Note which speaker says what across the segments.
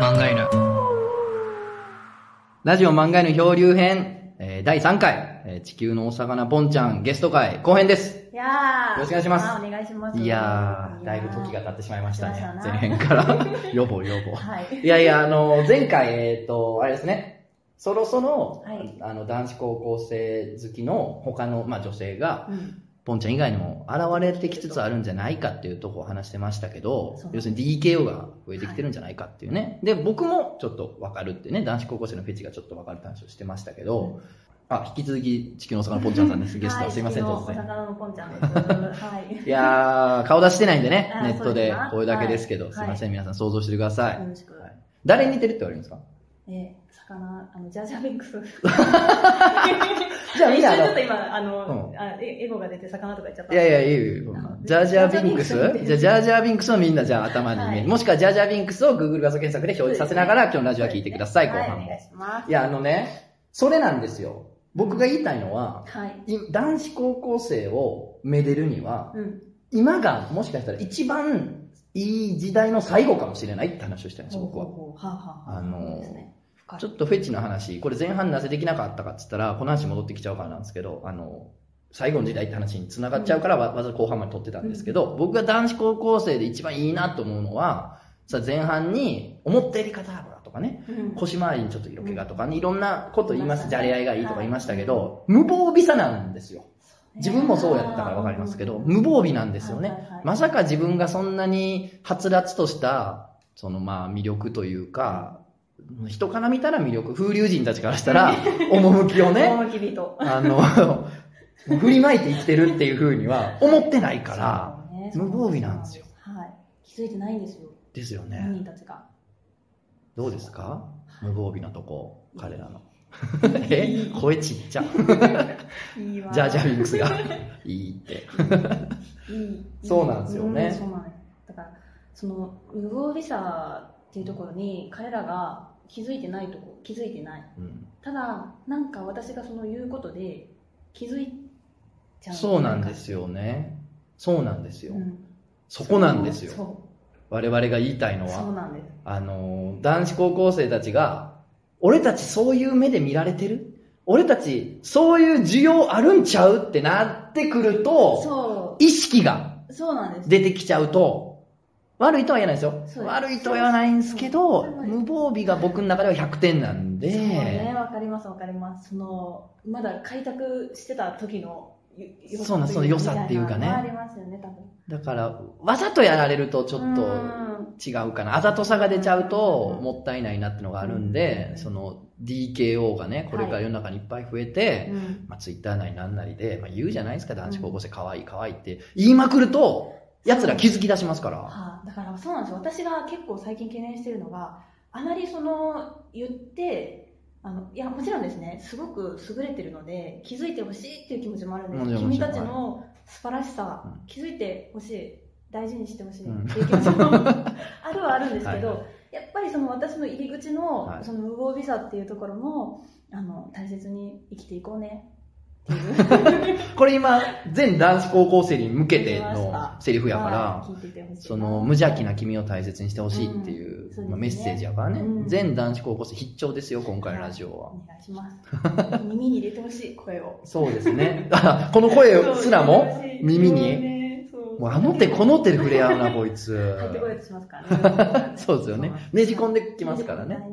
Speaker 1: 漫画犬。ラジオ漫画犬漂流編、えー第3回、えー地球のお魚ポンちゃんゲスト会後編です。
Speaker 2: いやー
Speaker 1: よろしくお願いします
Speaker 2: あお願いします。
Speaker 1: いやー、だいぶ時が経ってしまいましたね
Speaker 2: 経ち。ました
Speaker 1: 前編
Speaker 2: な
Speaker 1: から。予防予防。
Speaker 2: はい。
Speaker 1: いやいや、あの、前回、えっ、と、あれですね、そろそろ、
Speaker 2: はい
Speaker 1: あの、男子高校生好きの他の、まあ、女性が、
Speaker 2: うん
Speaker 1: ポンちゃん以外にも現れてきつつあるんじゃないかっていうとこを話してましたけど
Speaker 2: そう、
Speaker 1: 要するに DKO が増えてきてるんじゃないかっていうね。で、僕もちょっとわかるってね、男子高校生のフェチがちょっとわかるって話をしてましたけど、あ、引き続き地球のお魚ポンちゃんさんです。ゲスト、
Speaker 2: はい
Speaker 1: すいません、
Speaker 2: 昨日
Speaker 1: 突然
Speaker 2: お。魚のポンちゃんです。はい。
Speaker 1: いやー、顔出してないんでね
Speaker 2: あ、ー
Speaker 1: ネット
Speaker 2: そうで
Speaker 1: です
Speaker 2: な
Speaker 1: 声だけですけど、
Speaker 2: はい
Speaker 1: すいません、皆さん想像してください。
Speaker 2: よろしく。
Speaker 1: はい誰に似てるって言われるんですか
Speaker 2: えー、魚、あの、ジャージャーベンクス。
Speaker 1: じゃあみんなあ
Speaker 2: 一
Speaker 1: の
Speaker 2: 瞬ちょっと今、あ
Speaker 1: う、
Speaker 2: のあエエゴが出て魚とか言っちゃった。
Speaker 1: いやいや、いいよいいよ
Speaker 2: あ
Speaker 1: ジャージャービンクス
Speaker 2: ジ
Speaker 1: じ
Speaker 2: ャ
Speaker 1: ゃ
Speaker 2: ー
Speaker 1: あジャー
Speaker 2: ジャービンクス
Speaker 1: ジャービンクスをみんなじゃあ頭にイメージ、
Speaker 2: はい
Speaker 1: もしくはジャージャービンクスを Google 画像検索で表示させながら今日のラジオは聞いてください、後半
Speaker 2: はい、お願
Speaker 1: も
Speaker 2: い。しま
Speaker 1: いや、あのね、それなんですよ。僕が言いたいのは、
Speaker 2: す。はい。
Speaker 1: い男子高校生をめでるには、
Speaker 2: うん。
Speaker 1: 今がもしかしたら一番いい時代の最後かもしれないって話をしてるんです、僕は。
Speaker 2: ほうほうほうはあはあ。
Speaker 1: あのー
Speaker 2: そうですね深い
Speaker 1: ちょっとフェチの話、これ前半なぜできなかったかって言ったら、この話戻ってきちゃうからなんですけど、あの、最後の時代って話に繋がっちゃうからわわざわざ後半まで撮ってたんですけど、僕が男子高校生で一番いいなと思うのは、さ、前半に、思ったやり方だとかね、
Speaker 2: うん
Speaker 1: 腰回りにちょっと色気がとかね、いろんなこと言います、
Speaker 2: うん
Speaker 1: じゃれ合いがいいとか言いましたけど、無防備さなんですよ。自分もそうやったからわかりますけど、
Speaker 2: うん
Speaker 1: 無防備なんですよね。
Speaker 2: はいはいはい
Speaker 1: まさか自分がそんなにはつらつとした、そのまあ魅力というか、人から見たら魅力、風流人たちからした ら、趣をね、
Speaker 2: 大き人。
Speaker 1: あの、振りまいて生きてるっていう風には思ってないから、
Speaker 2: そうね
Speaker 1: 無防備なんですよ。
Speaker 2: はい。気づいてないんですよ。
Speaker 1: ですよ
Speaker 2: 本
Speaker 1: ね。
Speaker 2: 人たちが。
Speaker 1: どうですか無防備なとこ、彼らの。
Speaker 2: い
Speaker 1: え
Speaker 2: い
Speaker 1: 声ちっちゃ。
Speaker 2: いいわ。
Speaker 1: ジャージャービンクス が、いいって。
Speaker 2: いい
Speaker 1: そうなんですよね
Speaker 2: うんそうなんですだからその無防備さっていうところに彼らが気づいてないとこ気づいてない
Speaker 1: うん
Speaker 2: ただなんか私がその言うことで気づいちゃう
Speaker 1: そうなんですよね。そうなんですよ
Speaker 2: う。ん
Speaker 1: そこなんですよ。
Speaker 2: そ
Speaker 1: 我々が言いたいうのは
Speaker 2: そう。なんです
Speaker 1: あのー、男子高校生たちが、俺たちそういう目で見られてる俺たちそういう需要あるんちゃうってなってくると、
Speaker 2: そ
Speaker 1: 意識が
Speaker 2: うそうなんです
Speaker 1: 出てきちゃうと、悪いとは言えないですよ。
Speaker 2: そうです
Speaker 1: 悪いとは言わないんですけど、
Speaker 2: そうそう
Speaker 1: 無防備が僕の中では100点なんで、
Speaker 2: そうねわかりますわかりますそのまだ開拓してた時のよ良
Speaker 1: そうなんですその良さっていうかね
Speaker 2: みたなのもありますよね多分
Speaker 1: だから、わざとやられるとちょっと
Speaker 2: うん
Speaker 1: 違うかな。あざとさが出ちゃうと
Speaker 2: う、ん
Speaker 1: もったいないなってのがあるんで、
Speaker 2: うん
Speaker 1: その DKO がね、これから世の中にいっぱい増えて、
Speaker 2: うん
Speaker 1: まあ、ツイッターなりなんなりで、まあ、言うじゃないですか、男子高校生可愛い可愛いって言いまくると、奴ら気づき出しますから。
Speaker 2: はい、だからそうなんですよ私が結構最近懸念してるのがあまりその言ってあのいやもちろんですねすごく優れてるので気づいてほしいっていう気持ちもあるん
Speaker 1: もち
Speaker 2: で
Speaker 1: ろ
Speaker 2: す
Speaker 1: んも
Speaker 2: 君
Speaker 1: ちろん
Speaker 2: たちの素晴らしさ、
Speaker 1: うん
Speaker 2: 気づいてほしい大事にしてほしい
Speaker 1: うん
Speaker 2: っていう気持ちも あるはあるんですけど、
Speaker 1: はい
Speaker 2: やっぱりその私の入り口の,、
Speaker 1: はい
Speaker 2: その無防備さっていうところもあの大切に生きていこうねっていう
Speaker 1: これ今、全男子高校生に向けてのセリフやか
Speaker 2: は
Speaker 1: ら
Speaker 2: い、聞いていてほしいな
Speaker 1: その無邪気な君を大切にしてほしいっていう、
Speaker 2: うんそうですね
Speaker 1: まあ、メッセージやからね、
Speaker 2: うん
Speaker 1: 全男子高校生必聴ですよ、今回のラジオは。
Speaker 2: お願いします耳に入れてほしい声を
Speaker 1: そうですね。 あこの声すらも、耳にもうあの手この手で触れ合うな、こいつ。
Speaker 2: 入ってこようとしますからね
Speaker 1: そうですよね。ねじ込んできますからね。
Speaker 2: ね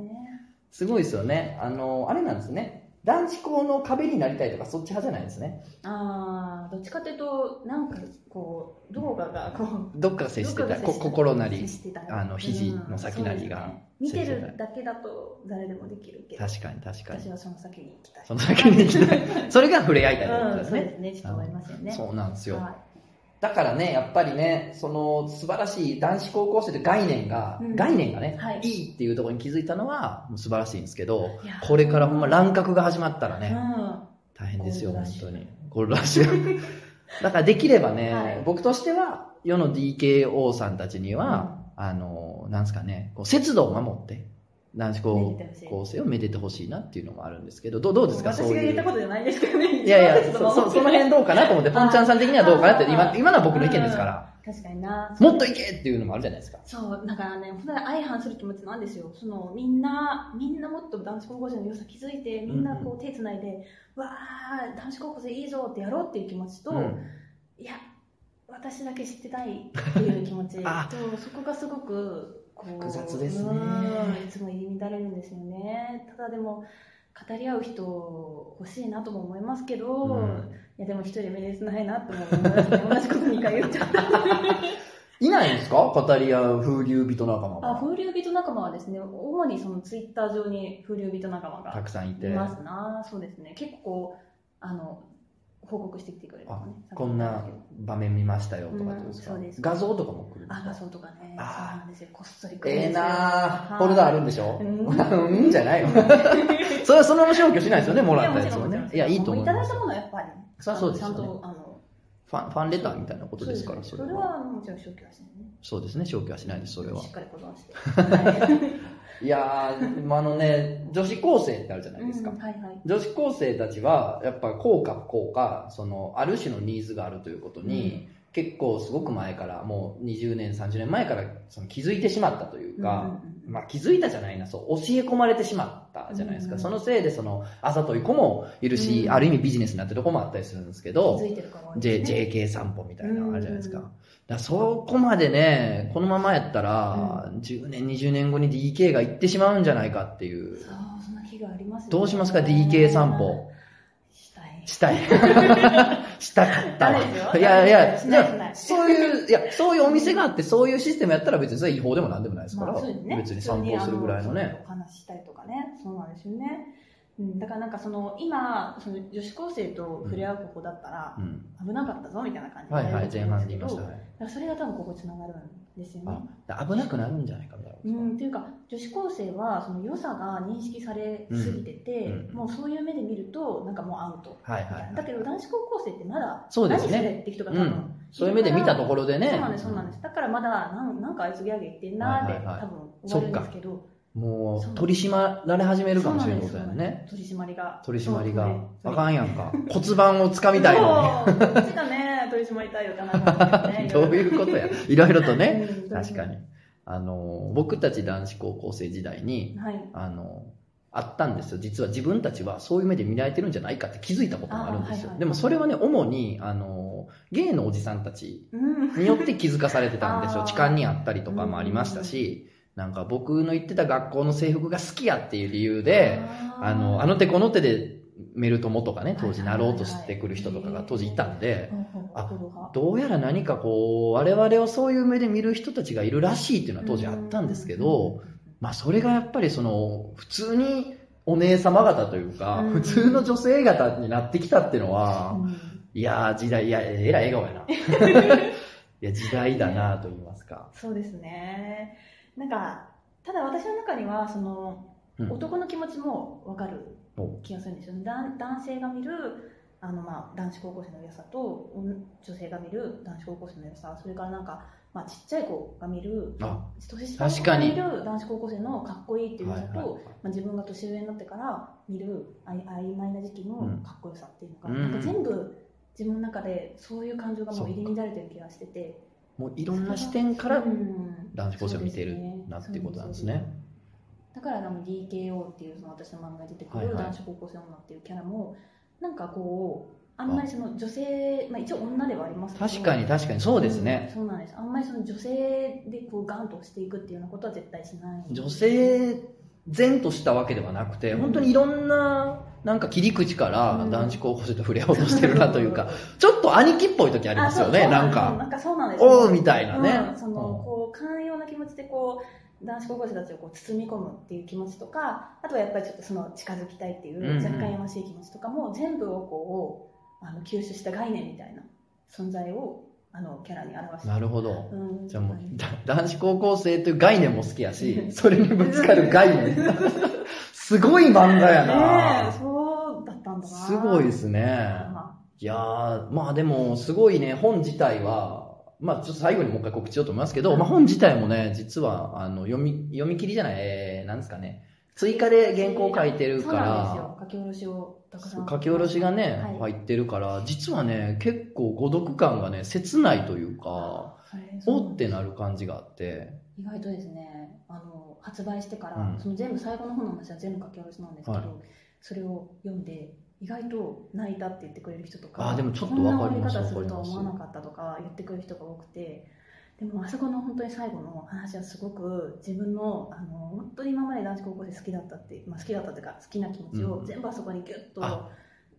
Speaker 1: すごいですよね。あの、あれなんですね。男子校の壁になりたいとか、そっち派じゃないんですね。
Speaker 2: ああどっちかというとなんかこう動画がこう
Speaker 1: どっかが接して
Speaker 2: ど
Speaker 1: た、
Speaker 2: っかが接
Speaker 1: こ
Speaker 2: してた
Speaker 1: 心なり
Speaker 2: 接。してた
Speaker 1: あの肘の先なりが
Speaker 2: うんそうですね見てるだけだと誰でもできるけど
Speaker 1: 確かに確かに
Speaker 2: 私。はその先に行きたい
Speaker 1: その先に行きたい。 それが触れ合いたいってこと
Speaker 2: う
Speaker 1: で
Speaker 2: ん
Speaker 1: す
Speaker 2: そう
Speaker 1: ね。
Speaker 2: ですねちょっと思いますよね
Speaker 1: そうなんですよ。
Speaker 2: はい
Speaker 1: だからね、やっぱりね、その素晴らしい男子高校生という概念が、
Speaker 2: うん
Speaker 1: 概念がね、
Speaker 2: はい
Speaker 1: い、いっていうところに気づいたのはもう素晴らしいんですけど、
Speaker 2: いや
Speaker 1: これからほんま乱獲が始まったらね、
Speaker 2: うん
Speaker 1: 大変ですよ、
Speaker 2: ゴー
Speaker 1: 本
Speaker 2: ルラッシュ
Speaker 1: 当に。ゴールラッシュ。 だからできればね、
Speaker 2: はい
Speaker 1: 僕としては、世の DKO さんたちには、あの、なんですかね、こう節度を守って、男子
Speaker 2: め
Speaker 1: 高
Speaker 2: でてほしい
Speaker 1: 校生をめでてほしいなっていうのもあるんですけど、どうどうですか、
Speaker 2: 私
Speaker 1: そ
Speaker 2: が
Speaker 1: うい
Speaker 2: 言ったこ
Speaker 1: う。
Speaker 2: とじゃないですけどね。
Speaker 1: いやい
Speaker 2: 一
Speaker 1: や、
Speaker 2: 番
Speaker 1: そそその辺どうかなと思って、
Speaker 2: あー
Speaker 1: ポンちゃんさん的にはどうかなって、
Speaker 2: あ
Speaker 1: 今
Speaker 2: ー
Speaker 1: 今のは僕の意見ですから、
Speaker 2: 確かにな。
Speaker 1: もっといけっていうのもあるじゃないですか。
Speaker 2: そう、だからね、本当に相反する気持ちなんですよ。そのみんな、みんなもっと男子高校生の良さ気づいて、みんなこう手つないで、わー、男子高校生いいぞってやろうっていう気持ちと、
Speaker 1: うん
Speaker 2: いや、私だけ知ってたいっていう気持ち
Speaker 1: あ
Speaker 2: と、そこがすごくこう
Speaker 1: 複雑ですね
Speaker 2: うんいつも入り乱れるんですよね。ただでも、語り合う人欲しいなとも思いますけど、
Speaker 1: うん
Speaker 2: いやでも一人目ですないなとも思いますね。同じこと2回言っち ゃった。
Speaker 1: いないんですか語り合う風流人仲間
Speaker 2: あ
Speaker 1: が。
Speaker 2: 風流人仲間はですね、主にそのツイッター上に風流人仲間
Speaker 1: た
Speaker 2: が
Speaker 1: くさんい
Speaker 2: い
Speaker 1: て。
Speaker 2: ますな、そうですね、結構こうあの報告してきてくれる
Speaker 1: あ
Speaker 2: ね、
Speaker 1: こんな場面見ましたよとかってことですか、
Speaker 2: うんそうです
Speaker 1: 画像とかも来るんです
Speaker 2: あ
Speaker 1: か
Speaker 2: 画像とかね、そう
Speaker 1: あ
Speaker 2: なんですよ、こっそり来るんです
Speaker 1: え
Speaker 2: よ
Speaker 1: えな
Speaker 2: は
Speaker 1: あ
Speaker 2: い
Speaker 1: フォルダあるんでしょ
Speaker 2: う
Speaker 1: うん じゃないよ それはそのまま消去しないですよねもらったやつをねいやいいと思い
Speaker 2: いやも
Speaker 1: ま
Speaker 2: ち
Speaker 1: す
Speaker 2: ろんもちろんいただいたものはやっぱりね、
Speaker 1: そりゃそうです
Speaker 2: ち
Speaker 1: よ
Speaker 2: ゃん
Speaker 1: ね
Speaker 2: とあの
Speaker 1: ファンファンレターみたいなことですからそ
Speaker 2: そ
Speaker 1: れ
Speaker 2: れ
Speaker 1: は
Speaker 2: はもちろん消去はしないね、
Speaker 1: そうですね消去はしないですそれは
Speaker 2: しっかり保存して、はい
Speaker 1: いやー、まあ、あのね 女子高生ってあるじゃ ないですか、
Speaker 2: うんはいはい、
Speaker 1: 女子高生たちはやっぱこうか不こうかそのある種のニーズがあるということに、結構すごく前からもう20年30年前からその気づいてしまったというか、
Speaker 2: うんうんうん
Speaker 1: まあ、気づいたじゃないな、そう、教え込まれてしまったじゃないですか。
Speaker 2: うん
Speaker 1: そのせいで、その、あざとい子もいるし、
Speaker 2: うん
Speaker 1: ある意味ビジネスになってるとこもあったりするんですけ
Speaker 2: 気づ
Speaker 1: ど、
Speaker 2: いてるから、
Speaker 1: J、JK 散歩みたいなのあるじゃないですか。
Speaker 2: うん
Speaker 1: だからそこまでね、このままやったら、10年、20年後に DK が行ってしまうんじゃないかっていう。
Speaker 2: そう、そんな日がありますね
Speaker 1: どうしますか ?DK 散歩。
Speaker 2: したい。
Speaker 1: した い。したかったわ
Speaker 2: ダメです。よ
Speaker 1: いやいや、
Speaker 2: し
Speaker 1: じ
Speaker 2: ないし
Speaker 1: ゃ
Speaker 2: な
Speaker 1: あ
Speaker 2: い
Speaker 1: そういう、いや、そういうお店があって、そういうシステムやったら別にそれ違法でもなんでもないですから、
Speaker 2: まあそうですね
Speaker 1: 別に散歩するぐらいの
Speaker 2: 普通にあ
Speaker 1: ね。
Speaker 2: お話ししたりとかね、そうなんですよね。うん、だからなんかその今その女子高生と触れ合う方法だったら
Speaker 1: うん
Speaker 2: 危なかったぞみたいな感じで
Speaker 1: はいはい、前半で言いました。
Speaker 2: だ
Speaker 1: は
Speaker 2: か
Speaker 1: い
Speaker 2: らそれが多分ここに繋がるんですよね。
Speaker 1: あ危なくなるんじゃないかみたいなこと
Speaker 2: う
Speaker 1: ですか。
Speaker 2: ん、というか女子高生はその良さが認識されすぎてて、
Speaker 1: うんうん
Speaker 2: もうそういう目で見るとなんかもうアウト、
Speaker 1: はいはい。
Speaker 2: だけど男子高校生ってまだ
Speaker 1: そうで
Speaker 2: 何
Speaker 1: す
Speaker 2: そ
Speaker 1: ね
Speaker 2: れって人が多
Speaker 1: う
Speaker 2: 分、
Speaker 1: んそういう目で見たところでね。
Speaker 2: そうなんです、そうなんです。だからまだ、なんなんかあいつギャーギャー言ってんなーって、
Speaker 1: はいはいはい
Speaker 2: 多分終わるんですけど、
Speaker 1: もう取り締まられ始めるかもしれないこと
Speaker 2: そう
Speaker 1: だよ
Speaker 2: なんです
Speaker 1: ね。。
Speaker 2: 取り締まりが。
Speaker 1: 取り締まりが。あ
Speaker 2: ん
Speaker 1: かんやんか。骨盤をつかみたいの
Speaker 2: そう、こっちがね、取り締まりたいよって話なんです
Speaker 1: に。ど
Speaker 2: よね。
Speaker 1: ういうことや。いろいろとね。
Speaker 2: うん
Speaker 1: 確かに。。あの、僕たち男子高校生時代に、
Speaker 2: はい。
Speaker 1: あの、あったんですよ実は自分たちはそういう目で見られてるんじゃないかって気づいたこともあるんです
Speaker 2: あーはい
Speaker 1: よ、
Speaker 2: はい
Speaker 1: でもそれはね主にあのゲイのおじさんたち
Speaker 2: うん。
Speaker 1: によって気づかされてたんですよ
Speaker 2: あー
Speaker 1: 痴漢にあったりとかもありましたし、なんか僕の行ってた学校の制服が好きやっていう理由で、
Speaker 2: あー
Speaker 1: あのあの手この手でメル友とかね当時
Speaker 2: はい
Speaker 1: な
Speaker 2: は
Speaker 1: い
Speaker 2: はい
Speaker 1: ろうとしてくる人とかが当時いたんで、
Speaker 2: ほうほう
Speaker 1: あ
Speaker 2: 心が
Speaker 1: どうやら何かこう我々をそういう目で見る人たちがいるらしいっていうのは当時あったんですけど、まあ、それがやっぱりその普通にお姉様方というか、
Speaker 2: うん
Speaker 1: 普通の女性方になってきたっていうの
Speaker 2: う
Speaker 1: は、
Speaker 2: ん、
Speaker 1: いやー時代いやえらい笑顔やない や時代だなと言いますか
Speaker 2: そうですね。なんか、ただ私の中には、その、
Speaker 1: うん
Speaker 2: 男の気持ちもわかる
Speaker 1: お
Speaker 2: 気がするんですよね。男男性が見るあのまあ男子高校生の良さと女女性が見る男子高校生の良さ、それからなんかまあちっちゃい子が見る
Speaker 1: あ
Speaker 2: 年下の子
Speaker 1: 確か
Speaker 2: が
Speaker 1: に
Speaker 2: 見る男子高校生のかっこいいっていう良さと、
Speaker 1: はいはいはい
Speaker 2: まあ自分が年上になってから見るあい曖昧な時期の
Speaker 1: うん
Speaker 2: かっこよさっていうのが、
Speaker 1: うんうん
Speaker 2: なんか全部自分の中でそういう感情がもう入り乱れてる気がしてて、
Speaker 1: もういろんな視点から
Speaker 2: うん
Speaker 1: 男子高生を見ている
Speaker 2: そうですね
Speaker 1: なっていうことなんですね。
Speaker 2: だからあの DKO っていうその私の漫画に出てく
Speaker 1: はい
Speaker 2: る
Speaker 1: はい
Speaker 2: 男子高校生女っていうキャラも、なんかこうあんまりその女性まあ一応女ではありますけど
Speaker 1: 確かに確かにそうですね、
Speaker 2: うんそうなんですあんまりその女性でこうガンとしていくっていうようなことは絶対しない
Speaker 1: 女性善としたわけではなくて本当にいろんななんか切り口から
Speaker 2: うん
Speaker 1: 男子高校生と触れ合おうとしてるなというか、ちょっと兄貴っぽい時ありますよね
Speaker 2: あそうそう
Speaker 1: なん
Speaker 2: うんな
Speaker 1: か
Speaker 2: んかそうなん
Speaker 1: 「
Speaker 2: ですよ
Speaker 1: おう」みたいなね、
Speaker 2: うん、そのこう寛容な気持ちでこう男子高校生たちをこう包み込むっていう気持ちとかあとはやっぱりちょっとその近づきたいってい
Speaker 1: うんうん
Speaker 2: う若干やましい気持ちとかも全部をこうあの吸収した概念みたいな存在をあのキャラに表して
Speaker 1: なるほど
Speaker 2: うん
Speaker 1: じゃあもうだ男子高校生という概念も好きやしそれにぶつかる概 念すごい漫画や
Speaker 2: ねえ
Speaker 1: な
Speaker 2: そうだったんだな
Speaker 1: すごいですね
Speaker 2: まあ
Speaker 1: いやーまあでもすごいね本自体はまあ、ちょっと最後にもう一回告知しようと思いますけど、まあ、本自体もね、実は、あの、読み、読み切りじゃない、えー、なんですかね、追加で原稿を書いてる
Speaker 2: そ
Speaker 1: か
Speaker 2: うなんです
Speaker 1: ら、
Speaker 2: よ。書き下ろしをたくさ
Speaker 1: そ
Speaker 2: ん。
Speaker 1: う書き下ろしがね、
Speaker 2: はい
Speaker 1: 入ってるから、実はね、結構誤読感がね、切ないというか、
Speaker 2: あれそう
Speaker 1: おってなる感じがあって、
Speaker 2: 意外とですねあの発売してから、
Speaker 1: うん
Speaker 2: その全部最後の方の話は全部書き下ろしなんですけど、
Speaker 1: はい
Speaker 2: それを読んで意外と泣いたって言ってくれる人とか
Speaker 1: あーでもちょっと
Speaker 2: こんな
Speaker 1: わかります
Speaker 2: 終わ方するとは
Speaker 1: わかります
Speaker 2: 思わなかったとか言ってくる人が多くてでもあそこの本当に最後の話はすごく自分のあの本当に今まで男子高校生好きだったって、まあ、好きだったというか好きな気持ち
Speaker 1: う
Speaker 2: を
Speaker 1: ん
Speaker 2: 全部あそこにギュッと、
Speaker 1: あ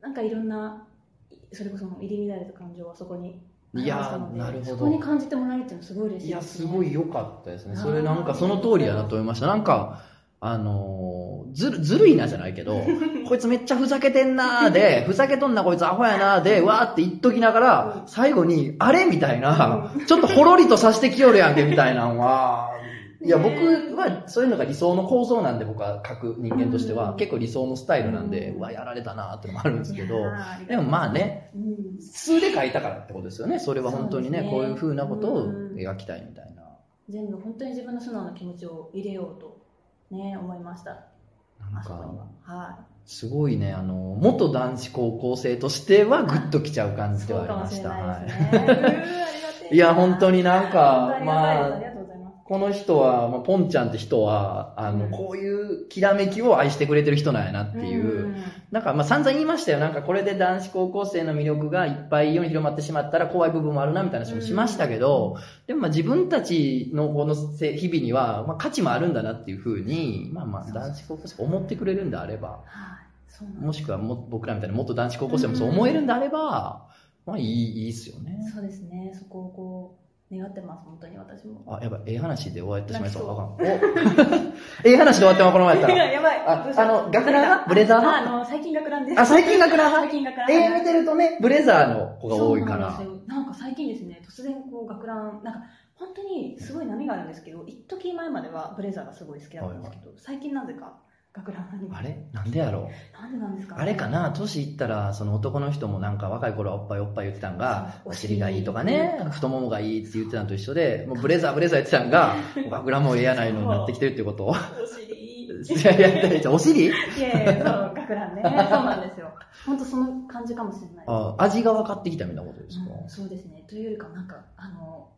Speaker 2: なんかいろんないそれこそ入り乱れた感情をあそこに
Speaker 1: いや
Speaker 2: 表したの
Speaker 1: ー、
Speaker 2: で
Speaker 1: なる
Speaker 2: そ
Speaker 1: ほ
Speaker 2: こに
Speaker 1: ど。
Speaker 2: 感じてもらえるっていうのはすごい嬉しい
Speaker 1: いや、
Speaker 2: です、
Speaker 1: す
Speaker 2: ね、
Speaker 1: ごい良かったですね。
Speaker 2: あー
Speaker 1: それなんか、その通りやなと思いました。なんか、あのーずる、ずるいなじゃないけ ど、こいつめっちゃふざけてんなーで、ふざけとんなこいつアホやなーで、わーって言っときながら、最後に、あれみたいな、ちょっとほろりとさしてきよるやんけ、みたいなん は。いや、
Speaker 2: ね
Speaker 1: 僕はそういうのが理想の構想なんで、僕は書く人間として
Speaker 2: う
Speaker 1: は、
Speaker 2: ん
Speaker 1: 結構理想のスタイルなんで、
Speaker 2: うん
Speaker 1: うわ、やられたなーってのもあるんですけ
Speaker 2: いや
Speaker 1: ど、
Speaker 2: ーありが
Speaker 1: で
Speaker 2: と
Speaker 1: も
Speaker 2: う
Speaker 1: まあね、
Speaker 2: うん
Speaker 1: 数で書いたからってことですよね。それは本当にね、
Speaker 2: そうですね
Speaker 1: こういう風なことを
Speaker 2: うん
Speaker 1: 描きたいみたいな。
Speaker 2: 全部本当に自分の素直な気持ちを入れようと、ね、思いました。
Speaker 1: な
Speaker 2: あ
Speaker 1: ん
Speaker 2: そこ
Speaker 1: か
Speaker 2: に、は。は
Speaker 1: すごいね、あの、元男子高校生としてはグッときちゃう感
Speaker 2: い。
Speaker 1: じで
Speaker 2: そ
Speaker 1: は
Speaker 2: う
Speaker 1: あ
Speaker 2: か
Speaker 1: り
Speaker 2: も
Speaker 1: ま
Speaker 2: し
Speaker 1: し
Speaker 2: れ
Speaker 1: た。
Speaker 2: ない
Speaker 1: は
Speaker 2: で
Speaker 1: い
Speaker 2: すね。うーありがてえ
Speaker 1: いや、本当になん
Speaker 2: 本
Speaker 1: か
Speaker 2: 当、にありがた
Speaker 1: ま
Speaker 2: いですあり
Speaker 1: あ、
Speaker 2: がとうございます。
Speaker 1: この人は、まあ、ポンちゃんって人は、あの、
Speaker 2: うん
Speaker 1: こういうきらめきを愛してくれてる人なんやなっていう、
Speaker 2: ん
Speaker 1: なんか、まあ、散々言いましたよ。なんか、これで男子高校生の魅力がいっぱい世に広まってしまったら怖い部分もあるな、みたいな話もしましたけど、でも、まあ、自分たちのこのせ日々には、まあ、価値もあるんだなっていうふうに、まあまあ、男子高校生思ってくれるんであれば、
Speaker 2: はい。そうなん
Speaker 1: もしくはも僕らみたいなもっと男子高校生もそう思えるんであれば、まあ、いい、いいっすよね。
Speaker 2: そうですね。そこをこう、願ってます、本当に私も。
Speaker 1: あ、やばい、ええ話で終わってしまいそう。あかん。お ええ話で終わってまうこの前やったら。
Speaker 2: やばい。
Speaker 1: あ
Speaker 2: どうした
Speaker 1: あの学ラン派ブレザー派
Speaker 2: ああの、最近学ランです。
Speaker 1: あ、最近学ラン
Speaker 2: 最
Speaker 1: 派
Speaker 2: 近学ラン
Speaker 1: ええ見てるとね、ブレザーの子が多いか
Speaker 2: そ
Speaker 1: ら。
Speaker 2: うなんですよなんか最近ですね突然こう学ランなんか本当にすごい波があるんですけど一時前まではブレザーがすごい好きだったんですけど、最近なぜか学ランに
Speaker 1: あれなんでやろう
Speaker 2: なんでなんですか、ね、
Speaker 1: あれかな年いったら、その男の人もなんか若い頃はおっぱいおっぱい言ってたんが、
Speaker 2: そ
Speaker 1: お
Speaker 2: う
Speaker 1: 尻がいいとかね、太ももがいいって言ってたのと一緒で、もうブレザーブレザー言ってたん が、僕らもええやないのになってきてるってこと
Speaker 2: お尻い
Speaker 1: いやいやいや、お尻
Speaker 2: やいやそう学ラ ンねそうなんですよ本当その感じかもしれないです
Speaker 1: あ味が分かってきたみたいなことですか、
Speaker 2: うん、そうですねというよりかなんかあの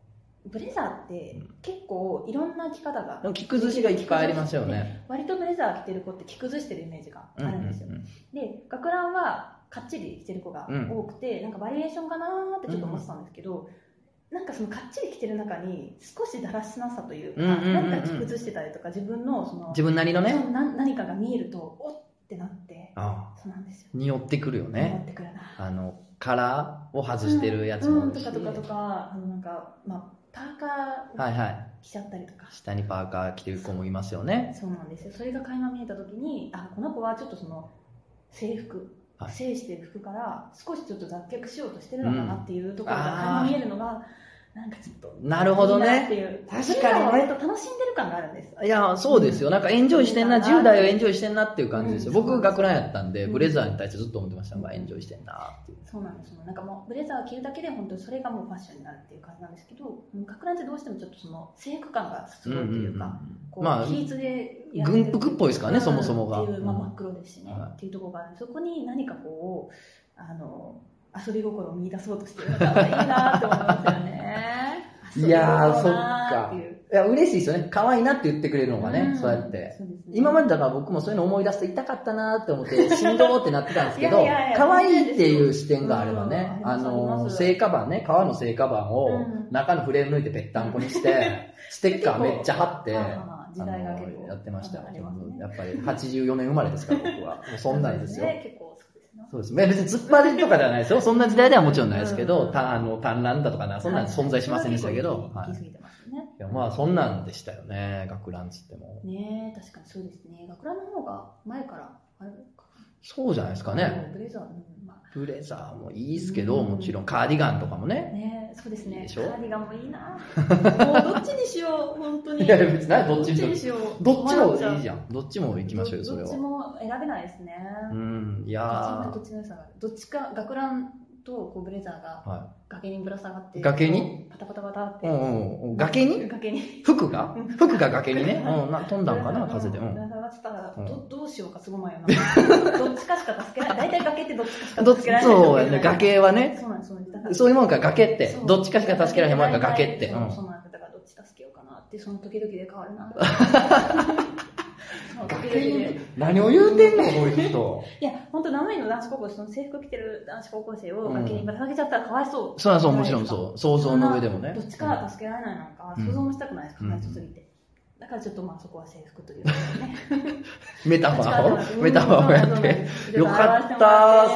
Speaker 2: ブレザーって
Speaker 1: うん
Speaker 2: 結構いろんな着方が、
Speaker 1: でも着崩しがいっぱいありますよね。
Speaker 2: 割とブレザー着てる子って着崩してるイメージが
Speaker 1: う
Speaker 2: あ
Speaker 1: んうん
Speaker 2: るんですよ、
Speaker 1: うん
Speaker 2: で学ランはかっちり着てる子が
Speaker 1: うん
Speaker 2: 多くて、なんかバリエーションかなーってちょっと思ってたんですけど、なんかそのかっちり着てる中に少しだらしなさというか、
Speaker 1: うんうんうんうん
Speaker 2: なんか着崩してたりとか自分のその
Speaker 1: 自分なりのね、
Speaker 2: そのな何かが見えるとおってなって
Speaker 1: あ
Speaker 2: そうなんですよ。
Speaker 1: あ匂ってくるよ
Speaker 2: 思
Speaker 1: ね。
Speaker 2: ってくるな。
Speaker 1: あの、カラーを外してるやつも
Speaker 2: う
Speaker 1: あ
Speaker 2: ん
Speaker 1: る
Speaker 2: と
Speaker 1: し
Speaker 2: かとかとかあのなんかまあパーカーを
Speaker 1: はいはい。
Speaker 2: 着ちゃったりとか。
Speaker 1: 下にパーカー着てる子もいますよね。
Speaker 2: そうなんですよそれが垣間見えた時にあこの子はちょっとその制服、
Speaker 1: はい
Speaker 2: 制してる服から少しちょっと脱却しようとしてるのかなっていうところが
Speaker 1: うん
Speaker 2: 垣間見えるのが、なんかちょっと
Speaker 1: なるほど
Speaker 2: いいなっ
Speaker 1: ね。
Speaker 2: ていう
Speaker 1: 確かにね
Speaker 2: それらは割と楽しんでる感があるんです
Speaker 1: いや、そうですよ。なんかエンジョイしてんな、
Speaker 2: うん
Speaker 1: 10代をエンジョイしてんなっていう感じですよ。
Speaker 2: うん
Speaker 1: 僕、学ランやったんで、
Speaker 2: うん
Speaker 1: ブレザーに対してずっと思ってました。うわエンジョイしてんなっていう。
Speaker 2: そうなんですよなんかもうブレザーを着るだけで本当にそれがもうファッションになるっていう感じなんですけど学ランってどうしてもちょっとその制服感がす
Speaker 1: うん
Speaker 2: ご
Speaker 1: う
Speaker 2: い
Speaker 1: ん
Speaker 2: といううんか、こう
Speaker 1: まあ、
Speaker 2: 比率でやってる
Speaker 1: 軍服っぽいですからね、そもそもが。
Speaker 2: っていう、まあ、
Speaker 1: うん
Speaker 2: 真っ黒ですしね、
Speaker 1: はい
Speaker 2: っていうところがあるそこに何かこうあの遊び心を見出そうとしてるのがいいなと思いますよね
Speaker 1: いやー
Speaker 2: 遊び心だなっていう
Speaker 1: いや、嬉しいですよね。可愛いなって言ってくれるのがね、
Speaker 2: ん
Speaker 1: そうやって。
Speaker 2: そうですね
Speaker 1: 今までだから僕もそういうの思い出して痛かったなーって思 って、しんどーってなってたんですけど
Speaker 2: いやいやい、や
Speaker 1: 可愛いっていう視点があればね、
Speaker 2: うん
Speaker 1: あ
Speaker 2: あり
Speaker 1: の
Speaker 2: ま
Speaker 1: ー、
Speaker 2: す
Speaker 1: 聖カバンね、革の聖カバンを
Speaker 2: うん
Speaker 1: 中のフレーム抜いてぺったんこにして、ステッカーめっちゃ貼って、
Speaker 2: まあまあまあ時
Speaker 1: あの
Speaker 2: 代が結構
Speaker 1: ーやってましたよ
Speaker 2: ありますね
Speaker 1: やっぱり84年生まれですから、僕は。もうそんなんですよ。
Speaker 2: そうね結構そうで
Speaker 1: そうです。
Speaker 2: すね
Speaker 1: いや別に突っ張りとかではないですよ。そんな時代ではもちろんないですけ
Speaker 2: う
Speaker 1: ど、
Speaker 2: ん
Speaker 1: たあの、単乱だとかな、そんなん存在しませんでしたけど、
Speaker 2: は
Speaker 1: はいい
Speaker 2: 行き過ぎてますよね
Speaker 1: いやまあ、そんなんでしたよね、学ランつっても。
Speaker 2: ねえ確かにそうですね学ランの方が前からあるか
Speaker 1: そうじゃないですかね。
Speaker 2: ブレザー、うんま
Speaker 1: ブレザーもいいですけど、
Speaker 2: うん
Speaker 1: もちろんカーディガンとかも
Speaker 2: あ
Speaker 1: ね。
Speaker 2: ねえそうですね
Speaker 1: いいでし
Speaker 2: カ
Speaker 1: ょ
Speaker 2: ーディガンもい いなもうどっちにしよう本当に
Speaker 1: いや別に何ど
Speaker 2: ど
Speaker 1: っ
Speaker 2: っち
Speaker 1: ち
Speaker 2: に
Speaker 1: も。
Speaker 2: しよう
Speaker 1: どっち
Speaker 2: 迷
Speaker 1: もい
Speaker 2: ゃ
Speaker 1: いうじゃん。どっちも行きましょうよ、それ
Speaker 2: ど
Speaker 1: は
Speaker 2: っち。も選べないですね、
Speaker 1: うん、い
Speaker 2: ど
Speaker 1: や
Speaker 2: っちもどっちの良さがあるどっちか学ランとこうブレザー
Speaker 1: ー。
Speaker 2: が
Speaker 1: は
Speaker 2: 崖にぶら下がって
Speaker 1: 崖に
Speaker 2: パタパタパタって、
Speaker 1: うんうん、崖に
Speaker 2: 崖に
Speaker 1: 服が
Speaker 2: うん
Speaker 1: 服が崖に ね、うん、な飛んだんかな、風で。う
Speaker 2: うん
Speaker 1: ん、
Speaker 2: だったら
Speaker 1: うん
Speaker 2: どどうしようかすごい迷う などっちかしか助けない大体崖ってどっちかし
Speaker 1: どっ
Speaker 2: か
Speaker 1: ち
Speaker 2: 助けられない
Speaker 1: そうやね、崖はね、
Speaker 2: そうなんですそうなんですだから
Speaker 1: そういうもんか、崖って
Speaker 2: そ、う
Speaker 1: どっちかしか助けられへんもんか、崖って。う
Speaker 2: そうんそうなんですだからどっち助けようかなってその時々で変わるな そう時々
Speaker 1: 崖に
Speaker 2: で
Speaker 1: 何を言うてんの、こういう人。
Speaker 2: いや本当生身の男子高校生その制服着てる男子高校生を
Speaker 1: うん
Speaker 2: 崖にぶら下げちゃったらかわいそう、
Speaker 1: そうそう、もちろんそう。想像の上でもね。
Speaker 2: どっちかは助けられないなんか
Speaker 1: うん
Speaker 2: 想像もしたくないですか
Speaker 1: うん
Speaker 2: わいそうすぎて、だからちょっとまあそこは制服というかね
Speaker 1: メタファー を、メタファーをやって。よかった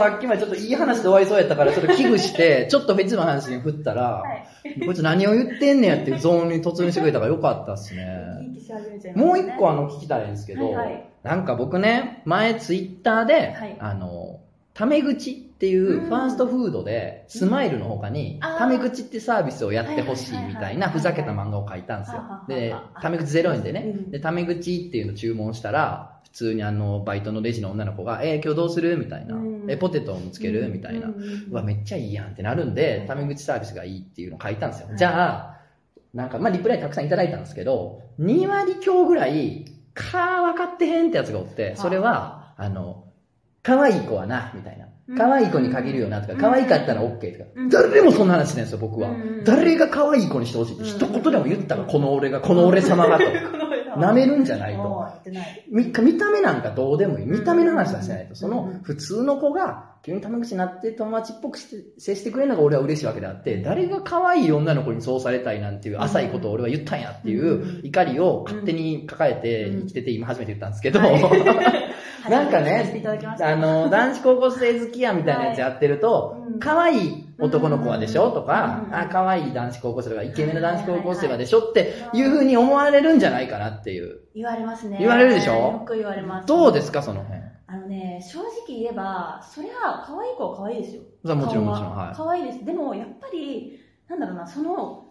Speaker 1: さっきまでちょっといい話で終わりそうやったから、ちょっと危惧 して、ちょっと別の話に振ったら、
Speaker 2: はい
Speaker 1: こいつ何を言ってんねんやっていうゾーンに突入してくれたからよかったっすね。
Speaker 2: 生き生きし始めちゃいま
Speaker 1: もう
Speaker 2: したね
Speaker 1: 一個あの聞きたいんですけど、
Speaker 2: はいはい
Speaker 1: なんか僕ね、前ツイッターで、
Speaker 2: はい
Speaker 1: あの、タメ口っていうファーストフードで、スマイルの他に、
Speaker 2: あー
Speaker 1: タメ口ってサービスをやってほしいみたいな
Speaker 2: はいはいはいはい
Speaker 1: ふざけた漫画を書いたんですよ
Speaker 2: ははは。は
Speaker 1: で、タメ口0円でね
Speaker 2: う、ん
Speaker 1: で、タメ口っていうの注文したら、普通にあの、バイトのレジの女の子が、えー、今日どうするみたいな
Speaker 2: う。ん
Speaker 1: え、ポテトもつけるみたいな
Speaker 2: うん。うんうん
Speaker 1: うわ、めっちゃいいやんってなるんで、タメ口サービスがいいっていうのを書いたんですよ。じゃあ、なんか、まあ、リプライたくさんいただいたんですけど、2割強ぐらい、か分かってへんってやつがおって、それは、あの、可愛い子はな、みたいな。可愛い子に限るよな、とか、
Speaker 2: うん
Speaker 1: 可愛かったら OK とか
Speaker 2: うん。
Speaker 1: 誰でもそんな話してるんですよ、僕は
Speaker 2: うんうん。
Speaker 1: 誰が可愛い子にしてほしいって一言でも言ったら、この俺が、この俺様がと。舐めるんじゃないと。
Speaker 2: もうやってない
Speaker 1: 見見た目なんかどうでもいい。見た目の話はしてないと。そ
Speaker 2: うんう
Speaker 1: の
Speaker 2: ん
Speaker 1: 普通の子が急にタメ口になって友達っぽくして接してくれるのが俺は嬉しいわけであって、誰が可愛い女の子にそうされたいなんていう浅いことを俺は言ったんやってい
Speaker 2: うん
Speaker 1: う怒りを勝手に抱えて生きてて今初めて言ったんですけど、
Speaker 2: うん
Speaker 1: なんか
Speaker 2: はいさせてい
Speaker 1: ね
Speaker 2: ただきまし、た
Speaker 1: あの、男子高校生好きやみたいなやつやってると
Speaker 2: はいうん、
Speaker 1: 可愛い男の子はでしょと
Speaker 2: うん
Speaker 1: か
Speaker 2: う、ん
Speaker 1: あ、可愛い男子高校生とか、イケメンの男子高校生はでしょっていう風に思われるんじゃないかなっていう。
Speaker 2: 言われますね
Speaker 1: 言われるでしょ
Speaker 2: よく言われます
Speaker 1: どうですか、その辺。
Speaker 2: あのね正直言えばそりゃ可愛い子は可愛いですよ
Speaker 1: それはもちろん
Speaker 2: 顔
Speaker 1: も
Speaker 2: は
Speaker 1: ちろん、は
Speaker 2: 可愛いですでもやっぱりなんだろうなその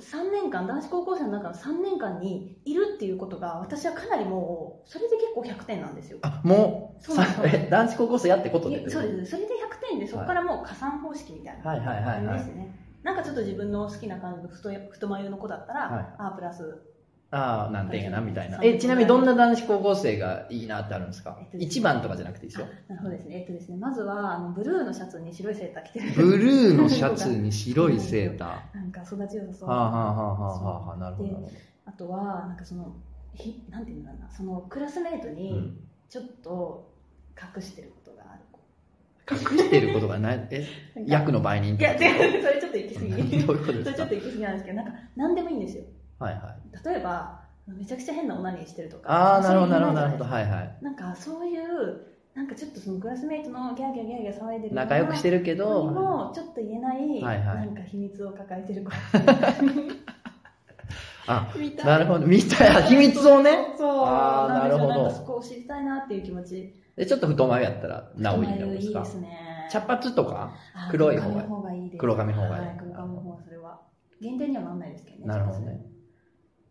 Speaker 2: 3年間男子高校生の中の3年間にいるっていうことが私はかなりもうそれで結構100点なんですよ
Speaker 1: い。あ、もう、
Speaker 2: そうなんです
Speaker 1: さえ男子高校生やってことで
Speaker 2: いやそうですそれで100点でそこからもう加算方式みたいな
Speaker 1: はいはいはいは
Speaker 2: で
Speaker 1: い
Speaker 2: す。ねなんかちょっと自分の好きな感じの太い太眉の子だったら、
Speaker 1: はい
Speaker 2: あープラス、
Speaker 1: ああ、なんていうかな、みたいな。
Speaker 2: そう
Speaker 1: え、ちなみにどんな男子高校生がいいなってあるんですか
Speaker 2: えっと
Speaker 1: 一番とかじゃなくていいですよ。
Speaker 2: なるほどですね。えっとですね、まずは、あの、ブルーのシャツに白いセーター着てる。
Speaker 1: ブルーのシャツに白いセーター。は
Speaker 2: なんか育ちよさそ
Speaker 1: あ
Speaker 2: う。
Speaker 1: は
Speaker 2: あ
Speaker 1: あはあはあはあはあ、なるほどなるほど。
Speaker 2: とは、なんかその、ひなんていうんだろうな、その、クラスメート
Speaker 1: う
Speaker 2: に、
Speaker 1: ん
Speaker 2: ちょっと、隠してることがある子。
Speaker 1: 隠してることがない、え、役の売人っ
Speaker 2: い
Speaker 1: て
Speaker 2: や、
Speaker 1: こと
Speaker 2: 違う、それちょっと行き過 ぎ。
Speaker 1: どういうことで
Speaker 2: そ
Speaker 1: す
Speaker 2: れちょ
Speaker 1: か
Speaker 2: っと行き過ぎなんですけど、なんか、なんでもいいんですよ。
Speaker 1: はいはい。
Speaker 2: 例えば、めちゃくちゃ変なオナニーしてるとか。
Speaker 1: ああ、なるほどなるほど
Speaker 2: そう
Speaker 1: な
Speaker 2: い
Speaker 1: るほ
Speaker 2: うのじゃいです
Speaker 1: ど。
Speaker 2: か
Speaker 1: はいはい。
Speaker 2: なんかそういう、なんかちょっとそのクラスメイトのギャーギャーギャーギャー騒いでる
Speaker 1: 仲良くしてるけ
Speaker 2: 人に
Speaker 1: ど、
Speaker 2: もちょっと言えない、
Speaker 1: はいはい
Speaker 2: なんか秘密を抱えてる子
Speaker 1: あ、
Speaker 2: みたい
Speaker 1: なるほど。見たい。秘密をね。
Speaker 2: そう
Speaker 1: あー
Speaker 2: んで
Speaker 1: なる
Speaker 2: すよ
Speaker 1: ほど
Speaker 2: なんかそこを知りたいなっていう気持ち
Speaker 1: でちょっと太眉やったら、なおいいんじゃないです
Speaker 2: いい
Speaker 1: か
Speaker 2: で。すね
Speaker 1: 茶髪とか
Speaker 2: あー
Speaker 1: 黒い方がいい
Speaker 2: 黒髪の方がいいです
Speaker 1: 黒髪の方がいい
Speaker 2: は黒髪の方がそれは限定にはならないですけどね
Speaker 1: なるほどね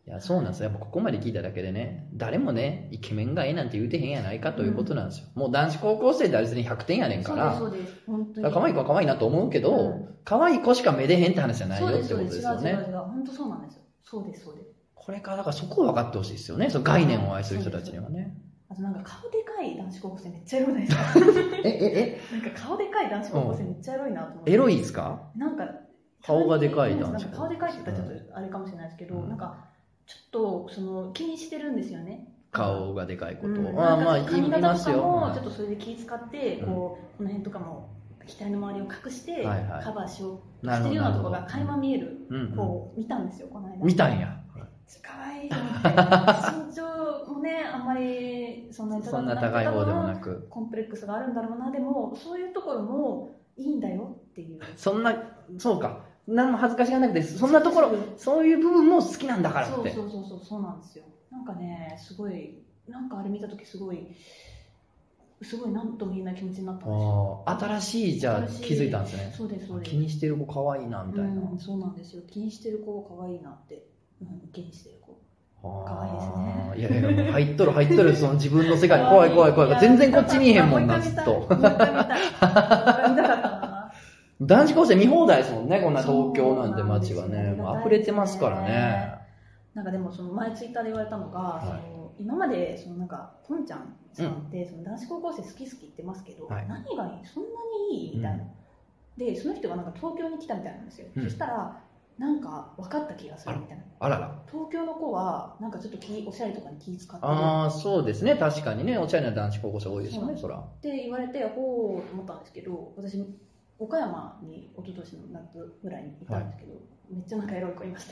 Speaker 1: いや、そうなんですよ。やっぱここまで聞いただけでね、誰もね、イケメンがええなんて言うてへんやないかということなんですよ。もう男子高校生であれ別に100点やねん
Speaker 2: そ
Speaker 1: か
Speaker 2: うで
Speaker 1: ら、
Speaker 2: すそうです本当
Speaker 1: だ
Speaker 2: に
Speaker 1: から可愛い子は可愛いなと思うけど、
Speaker 2: うん
Speaker 1: 可愛い子しか目でへんって話じゃないよ
Speaker 2: そう
Speaker 1: っ
Speaker 2: で
Speaker 1: て
Speaker 2: す
Speaker 1: こ
Speaker 2: そう
Speaker 1: と
Speaker 2: で
Speaker 1: ですすよ
Speaker 2: 違う違う違う
Speaker 1: ね。
Speaker 2: 本当そうなんですよそうですそうです
Speaker 1: これからだからそこを分かってほしいですよね。その概念を愛する人たちにはね。
Speaker 2: あとなんか顔でかい男子高校生めっちゃエロいないですか
Speaker 1: え、え、
Speaker 2: なんか顔でかい男子高校生めっちゃエロいなと思って、
Speaker 1: え、エロいですか
Speaker 2: なんか
Speaker 1: 顔がでかい男子
Speaker 2: なんか顔でかいって言ったらちょっとあれかもしれないですけど、
Speaker 1: うん
Speaker 2: なんかちょっとその気にしてるんですよね
Speaker 1: 顔がでかいことを。
Speaker 2: うん
Speaker 1: まあまあ、
Speaker 2: なんか
Speaker 1: 言い
Speaker 2: 髪型
Speaker 1: ま
Speaker 2: と
Speaker 1: す
Speaker 2: か
Speaker 1: よ。
Speaker 2: もちょっ
Speaker 1: は
Speaker 2: とそれで気使って、
Speaker 1: うん
Speaker 2: こうこの辺とかも額の周りを隠して
Speaker 1: はいはい
Speaker 2: カバーしよう
Speaker 1: い
Speaker 2: としてるようなところが
Speaker 1: なるほど
Speaker 2: 垣間見える
Speaker 1: うんうん。
Speaker 2: こう見たんですよこの間
Speaker 1: 見たんや。
Speaker 2: かわいいと 思って身長もねあんまりそんなに
Speaker 1: そんな高い方でもなく。
Speaker 2: コンプレックスがあるんだろうなでもそういうところもいいんだよっていう
Speaker 1: そんな、そうか。何も恥ずかしがらなくて、 そんなところ、そういう部分も好きなんだから
Speaker 2: そ
Speaker 1: っ
Speaker 2: う
Speaker 1: て
Speaker 2: そ。うそうそうそうなんですよなんかねすごいなんかあれ見た時すごいすごいなんとも言えない気持ちになったんですよ
Speaker 1: ああ、新しい、じゃあ
Speaker 2: 新しい
Speaker 1: 気づいたんですね。
Speaker 2: そうですそうです
Speaker 1: 気にしてる子可愛いな、みたいな。
Speaker 2: うん、そうなんですよ気にしてる子可愛いなって、うん、気にしてる子
Speaker 1: ああいやいや、もう入っとる入っとる、その自分の世 界、怖い怖い怖い。全然こっち見えへんもんな、ずっと。
Speaker 2: もう一回見たいもう一回見たいもう一回見たかったな
Speaker 1: 男子高生見放題ですもんね、こんな東京なんて
Speaker 2: そうなんで
Speaker 1: 街
Speaker 2: すよ
Speaker 1: はね。もう
Speaker 2: ありがた
Speaker 1: 溢
Speaker 2: いですね
Speaker 1: れてますからね。
Speaker 2: なんかでもその前ツイッターで言われたのが、
Speaker 1: はい
Speaker 2: その今までそのなんかポンちゃんさんってその男子高校生好き好き言ってますけど、
Speaker 1: はい
Speaker 2: 何がいいそんなにいいみたいな、でその人がなんか東京に来たみたいなんですよ、
Speaker 1: うん
Speaker 2: そしたらなんか分かった気がするみたいな
Speaker 1: あらら。
Speaker 2: 東京の子はなんかちょっと気おしゃれとかに気使ってる
Speaker 1: ああ、そうですね。確かにね、お茶ゃれな男子高校生多いですよね、そら。
Speaker 2: って言われてほうと思ったんですけど私岡山に一昨年の夏ぐらいにいたんですけど、めっちゃ仲エロい子いまし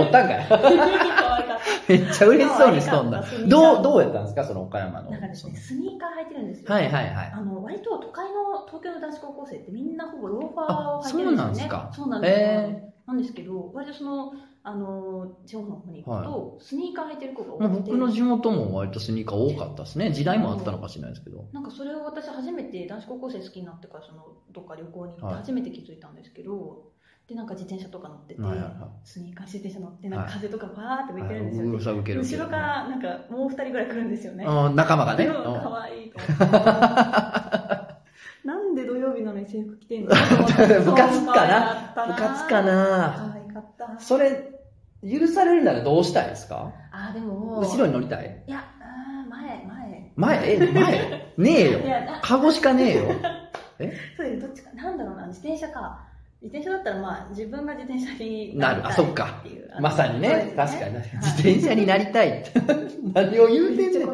Speaker 1: おったんかい。
Speaker 2: 可愛かっ
Speaker 1: めっち ゃ嬉しそうにしとんだ
Speaker 2: 可愛かっ。た
Speaker 1: どう、どうやったんですか、その岡山
Speaker 2: た
Speaker 1: の。
Speaker 2: なんかですねスニーカー履いてるんですよ、
Speaker 1: はいはいはい。
Speaker 2: あの割と都会の東京の男子高校生ってみんなほぼローファーを履いて
Speaker 1: あそ
Speaker 2: る
Speaker 1: うなん
Speaker 2: ん
Speaker 1: で
Speaker 2: ですすよね
Speaker 1: か
Speaker 2: そうなんですよ、
Speaker 1: へ
Speaker 2: なんですけど割とそのあの地方の方に行くと、スニーカー履いてる子が多
Speaker 1: まあ、
Speaker 2: くて
Speaker 1: 僕の地元も割とスニーカー多かったですね。時代もあったのかしれないですけど。
Speaker 2: なんかそれを私初めて男子高校生好きになってからそのどっか旅行に行っ
Speaker 1: はい
Speaker 2: て初めて気づいたんですけど、でなんか自転車とか乗ってて、
Speaker 1: はいはいは
Speaker 2: スニーカー自転車乗ってなん
Speaker 1: は
Speaker 2: か
Speaker 1: い
Speaker 2: 風とかバーって
Speaker 1: い。
Speaker 2: 吹い
Speaker 1: はい
Speaker 2: てるんですよ、
Speaker 1: うるさ受けるけ
Speaker 2: 後
Speaker 1: ど
Speaker 2: ろからなんかもう二人ぐらい来るんですよね、
Speaker 1: うん、仲間がね。
Speaker 2: すごい可愛いと思ってなんで土曜日なのに制服着てんの部
Speaker 1: 部活かな
Speaker 2: な
Speaker 1: 部活か
Speaker 2: 可
Speaker 1: な
Speaker 2: 愛かった
Speaker 1: それ、許されるならどうしたいですか
Speaker 2: あでも
Speaker 1: 後ろに乗りたい
Speaker 2: いやあー前前
Speaker 1: 前え前 ねえ
Speaker 2: い
Speaker 1: よ。
Speaker 2: やな
Speaker 1: カゴしかねえよ。
Speaker 2: そうですどっちかなんだろうな自転車か自転車だったらまあ自分が自転車に
Speaker 1: なる。あ、
Speaker 2: り
Speaker 1: そ
Speaker 2: たい
Speaker 1: っか。
Speaker 2: ていう
Speaker 1: まさにね。確か
Speaker 2: に
Speaker 1: に。自転車になりたい って。何を言うてんね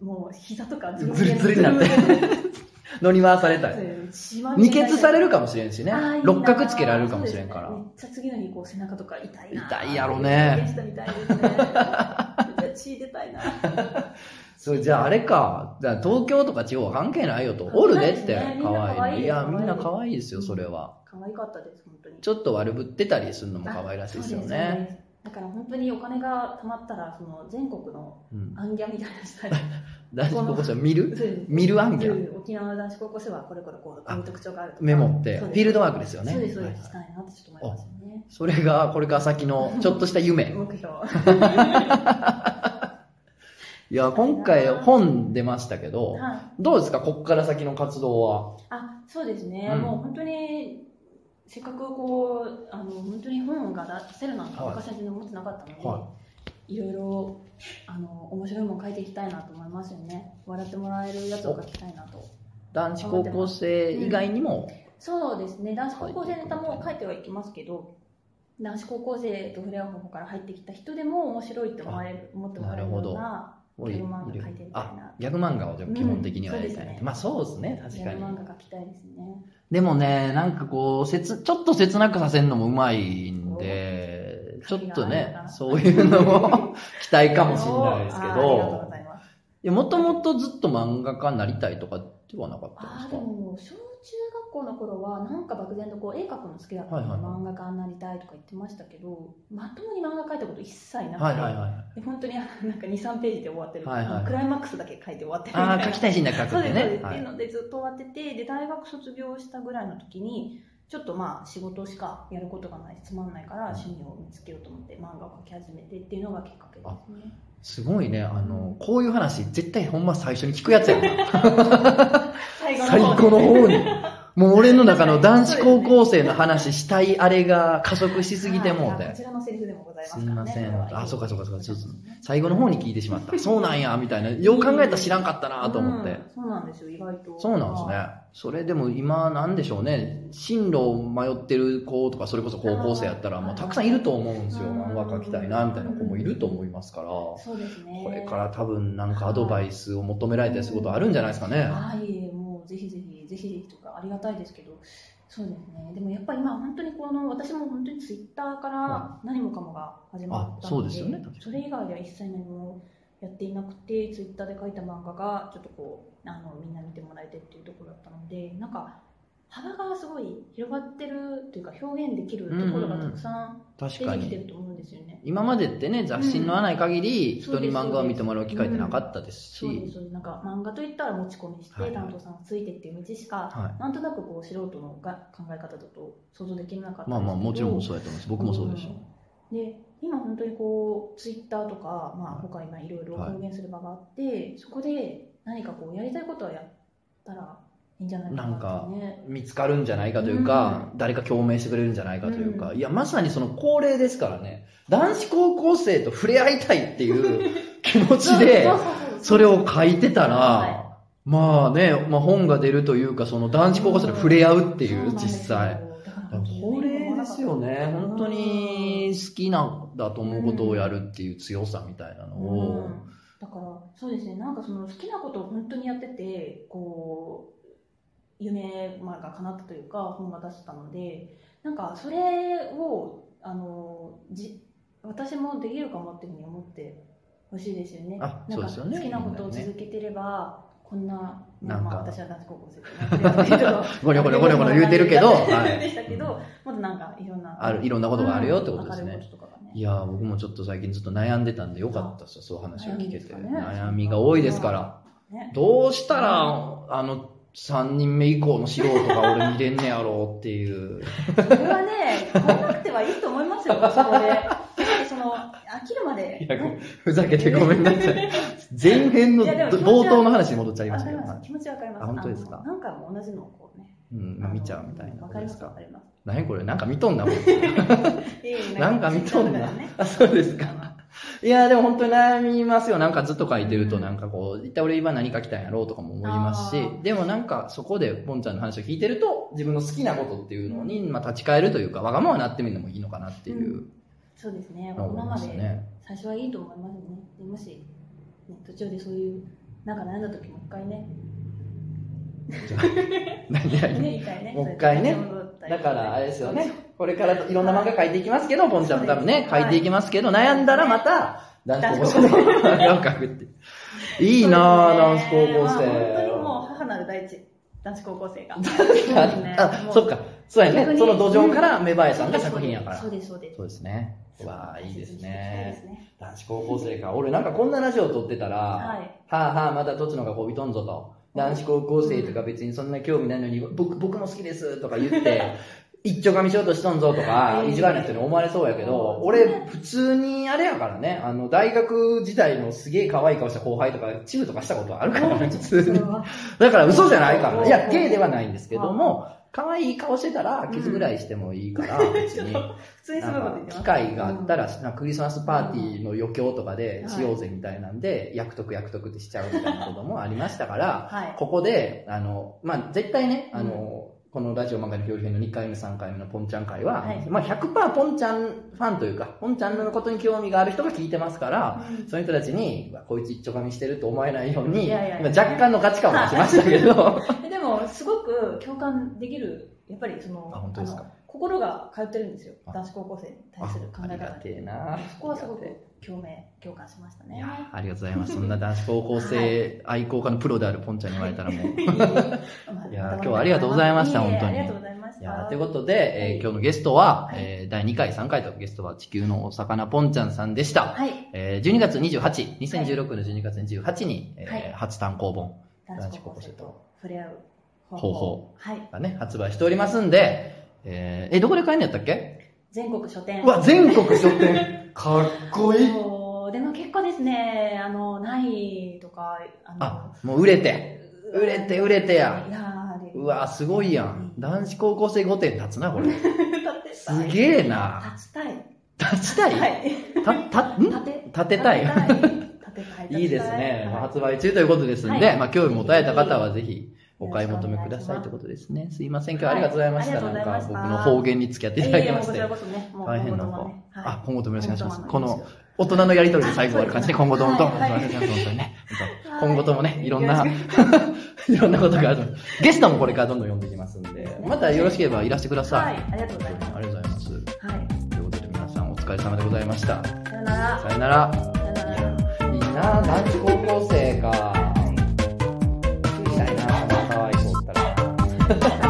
Speaker 1: ん。
Speaker 2: もう膝とか
Speaker 1: ズリズリになって 乗り回されたい。二欠されるかもしれんしね。六角つけられるかもしれんから
Speaker 2: めっ。ちゃ次の日こう背中とか痛いな
Speaker 1: 痛いやろね
Speaker 2: 自転車痛いですねめっちゃ血出たいな
Speaker 1: それじゃああれか。じゃあ東京とか地方関係ないよと。おるでって
Speaker 2: 関係ないです。ね
Speaker 1: 可愛いの。い
Speaker 2: みんな可愛い
Speaker 1: や、みんな可愛いですよ、それは。
Speaker 2: 可愛かったです本当に
Speaker 1: ちょっと悪ぶってたりするのも可愛らしいですよ
Speaker 2: あそう
Speaker 1: ね。
Speaker 2: ですそうですだから本当にお金が貯まったらその全国の
Speaker 1: うん
Speaker 2: アンギャみたい なしたいそ
Speaker 1: 男子高校生見
Speaker 2: う
Speaker 1: る
Speaker 2: です
Speaker 1: 見る案件。
Speaker 2: うん沖縄の男子高校生はこれこれこうこういう特徴があるとか
Speaker 1: メモって、フ
Speaker 2: そう
Speaker 1: ィ
Speaker 2: です
Speaker 1: ールドワークですよね。
Speaker 2: そうですそう
Speaker 1: は
Speaker 2: で
Speaker 1: い
Speaker 2: す、したいなってちょっと思いますよね
Speaker 1: それがこれから先のちょっとした夢。
Speaker 2: 目標
Speaker 1: いや、今回本出ましたけど、
Speaker 2: はい
Speaker 1: どうですか、ここから先の活動は。
Speaker 2: あそうですね、
Speaker 1: うん
Speaker 2: もう本当にせっかくこうあの本当に本が出せるなんて
Speaker 1: はい
Speaker 2: 昔は全然思ってなかったので、、
Speaker 1: はい
Speaker 2: ろいろあの面白いもの書いていきたいなと思いますよね笑ってもらえるやつを書きたいなと
Speaker 1: 男子高校生以外にも、
Speaker 2: そうですね男子高校生ネタも書いてはいきますけど男子高校生と触れ合う方から入ってきた人でも面白いって思われる思ってもらえるような
Speaker 1: 多い
Speaker 2: ギャグ漫画書いてみたい
Speaker 1: あ
Speaker 2: な
Speaker 1: ギャグ漫画をでも基本的には
Speaker 2: うん
Speaker 1: やりたいな、
Speaker 2: そうですね
Speaker 1: まあそうですね、確
Speaker 2: ギ
Speaker 1: か
Speaker 2: ャ
Speaker 1: に
Speaker 2: グ。漫画書きたいですね
Speaker 1: でもね、なんかこう、切、ちょっと切なくさせるのもうまいんで、ちょっとね、そういうのも 期待かもしれないですけ
Speaker 2: あーありがとう
Speaker 1: ど
Speaker 2: ござ、います
Speaker 1: いやもともとずっと漫画家になりたいとかではなかったんで
Speaker 2: あ
Speaker 1: す
Speaker 2: ー
Speaker 1: か
Speaker 2: でも小中学校の頃はなんか漠然とこう絵描くの好きだったので、
Speaker 1: はいはいはい
Speaker 2: 漫画家になりたいとか言ってましたけどまともに漫画描いたこと一切なくて、
Speaker 1: はいはいはい。
Speaker 2: で本当にあのなんか23ページで終わってる、
Speaker 1: はいはい
Speaker 2: クライマックスだけ描いて終わってるみ
Speaker 1: あ
Speaker 2: たい
Speaker 1: あ、
Speaker 2: な
Speaker 1: 書きたいシーンだけ書
Speaker 2: そ
Speaker 1: く
Speaker 2: うん
Speaker 1: で
Speaker 2: で
Speaker 1: す
Speaker 2: そう
Speaker 1: ね
Speaker 2: で。す、
Speaker 1: は
Speaker 2: ってい
Speaker 1: いう
Speaker 2: のでずっと終わっててで大学卒業したぐらいの時にちょっとまあ仕事しかやることがないつまんないから趣味を見つけようと思って漫画を描き始めてっていうのがきっかけですね
Speaker 1: すごいね、あの、こういう話、絶対ほんま最初に聞くやつやんな。
Speaker 2: 最
Speaker 1: 最
Speaker 2: 後の
Speaker 1: 後
Speaker 2: 方
Speaker 1: の方に。もう俺の中の男子高校生の話したいあれが加速しすぎてもう
Speaker 2: はいこ
Speaker 1: て。
Speaker 2: ちらのセリフでもございます
Speaker 1: す
Speaker 2: か
Speaker 1: み
Speaker 2: ら
Speaker 1: ま
Speaker 2: ね
Speaker 1: せ
Speaker 2: れは
Speaker 1: ん。あ、そうかそうかそうか。ちょっと
Speaker 2: ね
Speaker 1: 最後の方に聞いてしまった。そうなんや、みたいな。よう考えたら知らんかったなと思って。
Speaker 2: うんそうなんですよ、意外と。
Speaker 1: そうなんですね。それでも今なんでしょうね。進路を迷ってる子とか、それこそ高校生やったら、
Speaker 2: あー
Speaker 1: もうたくさんいると思うんですよ。
Speaker 2: うん
Speaker 1: 漫画描きたいな、みたいな子もいると思いますから。
Speaker 2: あー。そうですね。
Speaker 1: これから多分なんかアドバイスを求められたりすることあるんじゃないですかね。
Speaker 2: はいえ、もうぜひぜひ、ぜひぜひとかありがたいですけど、そうですね。でもやっぱり今、本当にこの、私も本当にツイッターか
Speaker 1: は
Speaker 2: ら何もかもが始ま
Speaker 1: あ
Speaker 2: ったので、
Speaker 1: そうですよね確かに
Speaker 2: それ以外では一切何もやっていなくて、ツイッターで書いた漫画が、ちょっとこう、あのみんな見てもらえてっていうところだったので、なんか、幅がすごい広がってるというか、表現できるところがたくさん
Speaker 1: 確
Speaker 2: 出
Speaker 1: か
Speaker 2: てきて
Speaker 1: に。
Speaker 2: ると思うんですよね。
Speaker 1: 今までってね、雑誌に載らない限り、人に漫画を見てもらう機会ってなかったです
Speaker 2: そう
Speaker 1: し、
Speaker 2: ですそうですなんか漫画といったら持ち込みして
Speaker 1: はいはい
Speaker 2: 担当さんがついてっていう道しか、
Speaker 1: は
Speaker 2: なんとなくこう素人のが考え方だと想像できなかったんですけど
Speaker 1: まあまあもちろんそうやと思います。僕もそうでした。
Speaker 2: うんで今本当にこうツイッターとか、まあ、他今いろいろ
Speaker 1: はい
Speaker 2: 表現する場があって、そこで何かこうやりたいことはやったらいいんじゃないかなってね
Speaker 1: 見つかるんじゃないかというか、誰か共鳴してくれるんじゃないかというか、いや、まさにその高齢ですからね、男子高校生と触れ合いたいっていう 気持ちで
Speaker 2: そ、うそうそうそう
Speaker 1: それを書いてた
Speaker 2: はい
Speaker 1: ら、まあね、まあ本が出るというか、その男子高校生と触れ合うってい
Speaker 2: そう
Speaker 1: う、
Speaker 2: なん
Speaker 1: 実
Speaker 2: ですよ
Speaker 1: 際。。
Speaker 2: だから
Speaker 1: 高齢ですよね。本当に好きなんだと思うことをやるっていう強さみたいなの
Speaker 2: う
Speaker 1: を。
Speaker 2: んだからそうですねなんかその好きなことを本当にやっててこう夢まあが叶ったというか本が出せたのでなんかそれをあのじ私もできるかもっていうふうに思ってほしいですよね。
Speaker 1: あ
Speaker 2: なんか
Speaker 1: そうですよね
Speaker 2: 好きなことを
Speaker 1: みんなね
Speaker 2: 続けてればこんな、まあ、
Speaker 1: なん
Speaker 2: ま
Speaker 1: か
Speaker 2: あ私は男子高校生だなってい うのは
Speaker 1: ゴニョゴニョゴニョゴニョ言うてる けど、は
Speaker 2: でしたけど、もっとなんかいろんな
Speaker 1: ある、いろんなことがあるよってことです
Speaker 2: うん明る
Speaker 1: ね
Speaker 2: い。こととかがね
Speaker 1: いやー、僕もちょっと最近ずっと悩んでたんでよかったですよ、そういう話を聞け
Speaker 2: 悩みです
Speaker 1: て。
Speaker 2: かね
Speaker 1: 悩みが多いですから。
Speaker 2: ね
Speaker 1: どうしたら、あの、3人目以降の素人が俺見れんねやろうって いう。
Speaker 2: それはね、変えなくてはいいと思 いますよ、そこで。やっぱりその、飽きるまで。
Speaker 1: いやごふざけてごめんなさい。 前編の
Speaker 2: いやでも気持ちは
Speaker 1: 冒頭の話に戻っちゃいま
Speaker 2: わ
Speaker 1: した
Speaker 2: か
Speaker 1: けど。
Speaker 2: りま
Speaker 1: は
Speaker 2: す。
Speaker 1: い
Speaker 2: 気持ちわかります。
Speaker 1: あ本当ですか
Speaker 2: あの何回も同じのをこうね。
Speaker 1: うん、まあ見ちゃうみたいな
Speaker 2: わ
Speaker 1: こ
Speaker 2: か
Speaker 1: とで
Speaker 2: りますす、わ
Speaker 1: か
Speaker 2: か。ります
Speaker 1: 何これなんか見とんな、僕。
Speaker 2: いえいえ。
Speaker 1: なんか見とんな
Speaker 2: だからね
Speaker 1: あ、そうですか。いや、でも本当に悩みますよ。なんかずっと書いてると、なんかこう、一体俺今何書きたいんやろうとかも思います
Speaker 2: あ
Speaker 1: し、でもなんかそこでポンちゃんの話を聞いてると、自分の好きなことっていうのに、まあ立ち返るというか、わがままになってみるのもいいのかなっていう
Speaker 2: そうですね。
Speaker 1: のを思
Speaker 2: 今
Speaker 1: い
Speaker 2: ま
Speaker 1: ました
Speaker 2: で
Speaker 1: ね。
Speaker 2: 最初はいいと思いますね。でもし、ね途中でそういう、なんか悩んだ時もう一 回ね。
Speaker 1: 何々
Speaker 2: ね、一回ね。
Speaker 1: もう一回ね
Speaker 2: そうやって戻ったり
Speaker 1: だから、あれですよね。 これからいろんな漫画書いていきますけど、ポンちゃんも多分ね、
Speaker 2: は
Speaker 1: 書
Speaker 2: い
Speaker 1: いていきますけど、悩んだらまた、男子高校生の漫画を書くって。いいなぁ、
Speaker 2: そうで
Speaker 1: 男
Speaker 2: す
Speaker 1: 子
Speaker 2: ね
Speaker 1: 高校生。
Speaker 2: まあ本当にもう母なる大地、男子高校生が。
Speaker 1: あ
Speaker 2: も、う
Speaker 1: そっか。そうや
Speaker 2: 逆
Speaker 1: ね。
Speaker 2: に
Speaker 1: その土壌から芽生えたんが作品やから。
Speaker 2: そうです、そうです。
Speaker 1: そうですね。わあ、いいですね。
Speaker 2: そうですね。
Speaker 1: 男子高校生か。俺なんかこんなラジオ撮ってたら、
Speaker 2: は。
Speaker 1: はいあはあ、またどっちの方がこびとんぞと。男子高校生とか別にそんな興味ないのに、僕僕も好きですとか言って、 一丁噛みしようとしとんぞとか、
Speaker 2: ええ
Speaker 1: 意地悪な人に思われそうやけど、
Speaker 2: そう
Speaker 1: 俺
Speaker 2: ですね
Speaker 1: 普通にあれやからね、あの、大学時代のすげえ可愛い顔した後輩とか、チューとかしたことあるからね、普通
Speaker 2: そ
Speaker 1: に
Speaker 2: れ。は
Speaker 1: だから嘘じゃないから。いや
Speaker 2: う、ん
Speaker 1: ゲイではないんですけども、可愛い顔してたら、キスぐらいしてもいい から、別に。
Speaker 2: 普通にすごいこと
Speaker 1: な
Speaker 2: 言っ
Speaker 1: んか
Speaker 2: てます。
Speaker 1: 機会があったら、なんかクリスマスパーティーの余興とかで
Speaker 2: はい
Speaker 1: しようぜみたいなんで、約束約束ってしちゃうみたいなこともありましたから、
Speaker 2: はい。
Speaker 1: ここで、あの、まあ、絶対ね、あの、このラジオ漫画の表現の2回目、3回目のポンちゃん会は、
Speaker 2: はい
Speaker 1: まあ100%ポンちゃんファンというか、ポンちゃんのことに興味がある人が聞いてますから、その人たちに、うわこいつ一丁噛みしてると思えないように、
Speaker 2: いやいや
Speaker 1: 今若干の価値観を出しました けど、
Speaker 2: うんでも、すごく共感できる、やっぱりその、
Speaker 1: あ本当ですか
Speaker 2: の心が通ってるんですよ。
Speaker 1: あ
Speaker 2: 男子高校生に対する考
Speaker 1: あ
Speaker 2: え
Speaker 1: りが
Speaker 2: 方
Speaker 1: て
Speaker 2: に。
Speaker 1: えな
Speaker 2: そこはすごく共鳴、共感しました
Speaker 1: い
Speaker 2: ね。
Speaker 1: やありがとうございます。そんな男子高校生愛好家のプロであるポンちゃんに言われたらもう。いいや今日はありがとうございました
Speaker 2: ええ
Speaker 1: 本当に
Speaker 2: ありがとうございました。
Speaker 1: やということで、えー
Speaker 2: はい
Speaker 1: 今日のゲストは、
Speaker 2: はい
Speaker 1: えー第2回、3回とゲストは地球のお魚ポンちゃんさんでした。
Speaker 2: はい。
Speaker 1: えー12月28、2016年12月28に、えー
Speaker 2: はい
Speaker 1: 初単行本
Speaker 2: 男子高校生と触れ合う方
Speaker 1: 方法
Speaker 2: はい。
Speaker 1: がね、発売しておりますんで、えーえどこで買えんのやったっけ
Speaker 2: 全国書店。
Speaker 1: うわ、全国書店かっこいい
Speaker 2: そうでも結構ですね、あの、ないとか、あの、
Speaker 1: あ、もう売れて。売れて売れてや
Speaker 2: いやーで
Speaker 1: うわ、すごいやん。男子高校生5点立つな、これ。
Speaker 2: 立てた
Speaker 1: す
Speaker 2: い。
Speaker 1: げえな。
Speaker 2: 立ちたい。
Speaker 1: 立ちたい、
Speaker 2: はい。
Speaker 1: た、た、ん
Speaker 2: 立て、
Speaker 1: 立てたい。
Speaker 2: 立てたい。
Speaker 1: いいですね。まあ
Speaker 2: はい
Speaker 1: 発売中ということですんで、
Speaker 2: はい
Speaker 1: まあ興味持たれた方はぜひお買い求めくださいということですね。すいません、今日はありがとうございました。
Speaker 2: はいあり
Speaker 1: な
Speaker 2: が
Speaker 1: ん
Speaker 2: とうござ
Speaker 1: か
Speaker 2: いま
Speaker 1: 僕
Speaker 2: した
Speaker 1: の方言に付き合っていただきまし
Speaker 2: い
Speaker 1: て。
Speaker 2: やいやもうこちらこそね、もう
Speaker 1: 大変な
Speaker 2: 今後ともねはい
Speaker 1: あ、今後ともよろしくお願いします。
Speaker 2: 今
Speaker 1: こと
Speaker 2: 後もよろしく
Speaker 1: の大人のやりとりで最後終わる感じで、
Speaker 2: あ
Speaker 1: 今後ともどうもよろ
Speaker 2: はい
Speaker 1: しくお願いします。本当にね。
Speaker 2: はい
Speaker 1: 今後ともね、いろんな
Speaker 2: よろ、
Speaker 1: いろんなことがある。ゲストもこれからどんどん呼んでいきますん
Speaker 2: です
Speaker 1: で、
Speaker 2: ね
Speaker 1: またよろしければいらしてくださ。
Speaker 2: はいい、ありがとうござい
Speaker 1: 本
Speaker 2: ま
Speaker 1: 当にありがとうございます。
Speaker 2: す。はい。
Speaker 1: ということで皆さんお疲れ様でございました。
Speaker 2: さよなら。
Speaker 1: さよなら。
Speaker 2: さよないら。
Speaker 1: やいいな男子高校生か。したいな可愛い子おったら。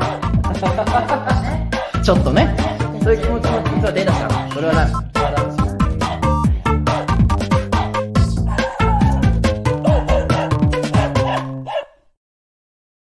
Speaker 2: はい
Speaker 1: ちょっとね。
Speaker 2: ね
Speaker 1: そういう気持ちも実は出たから。それはな、それはな。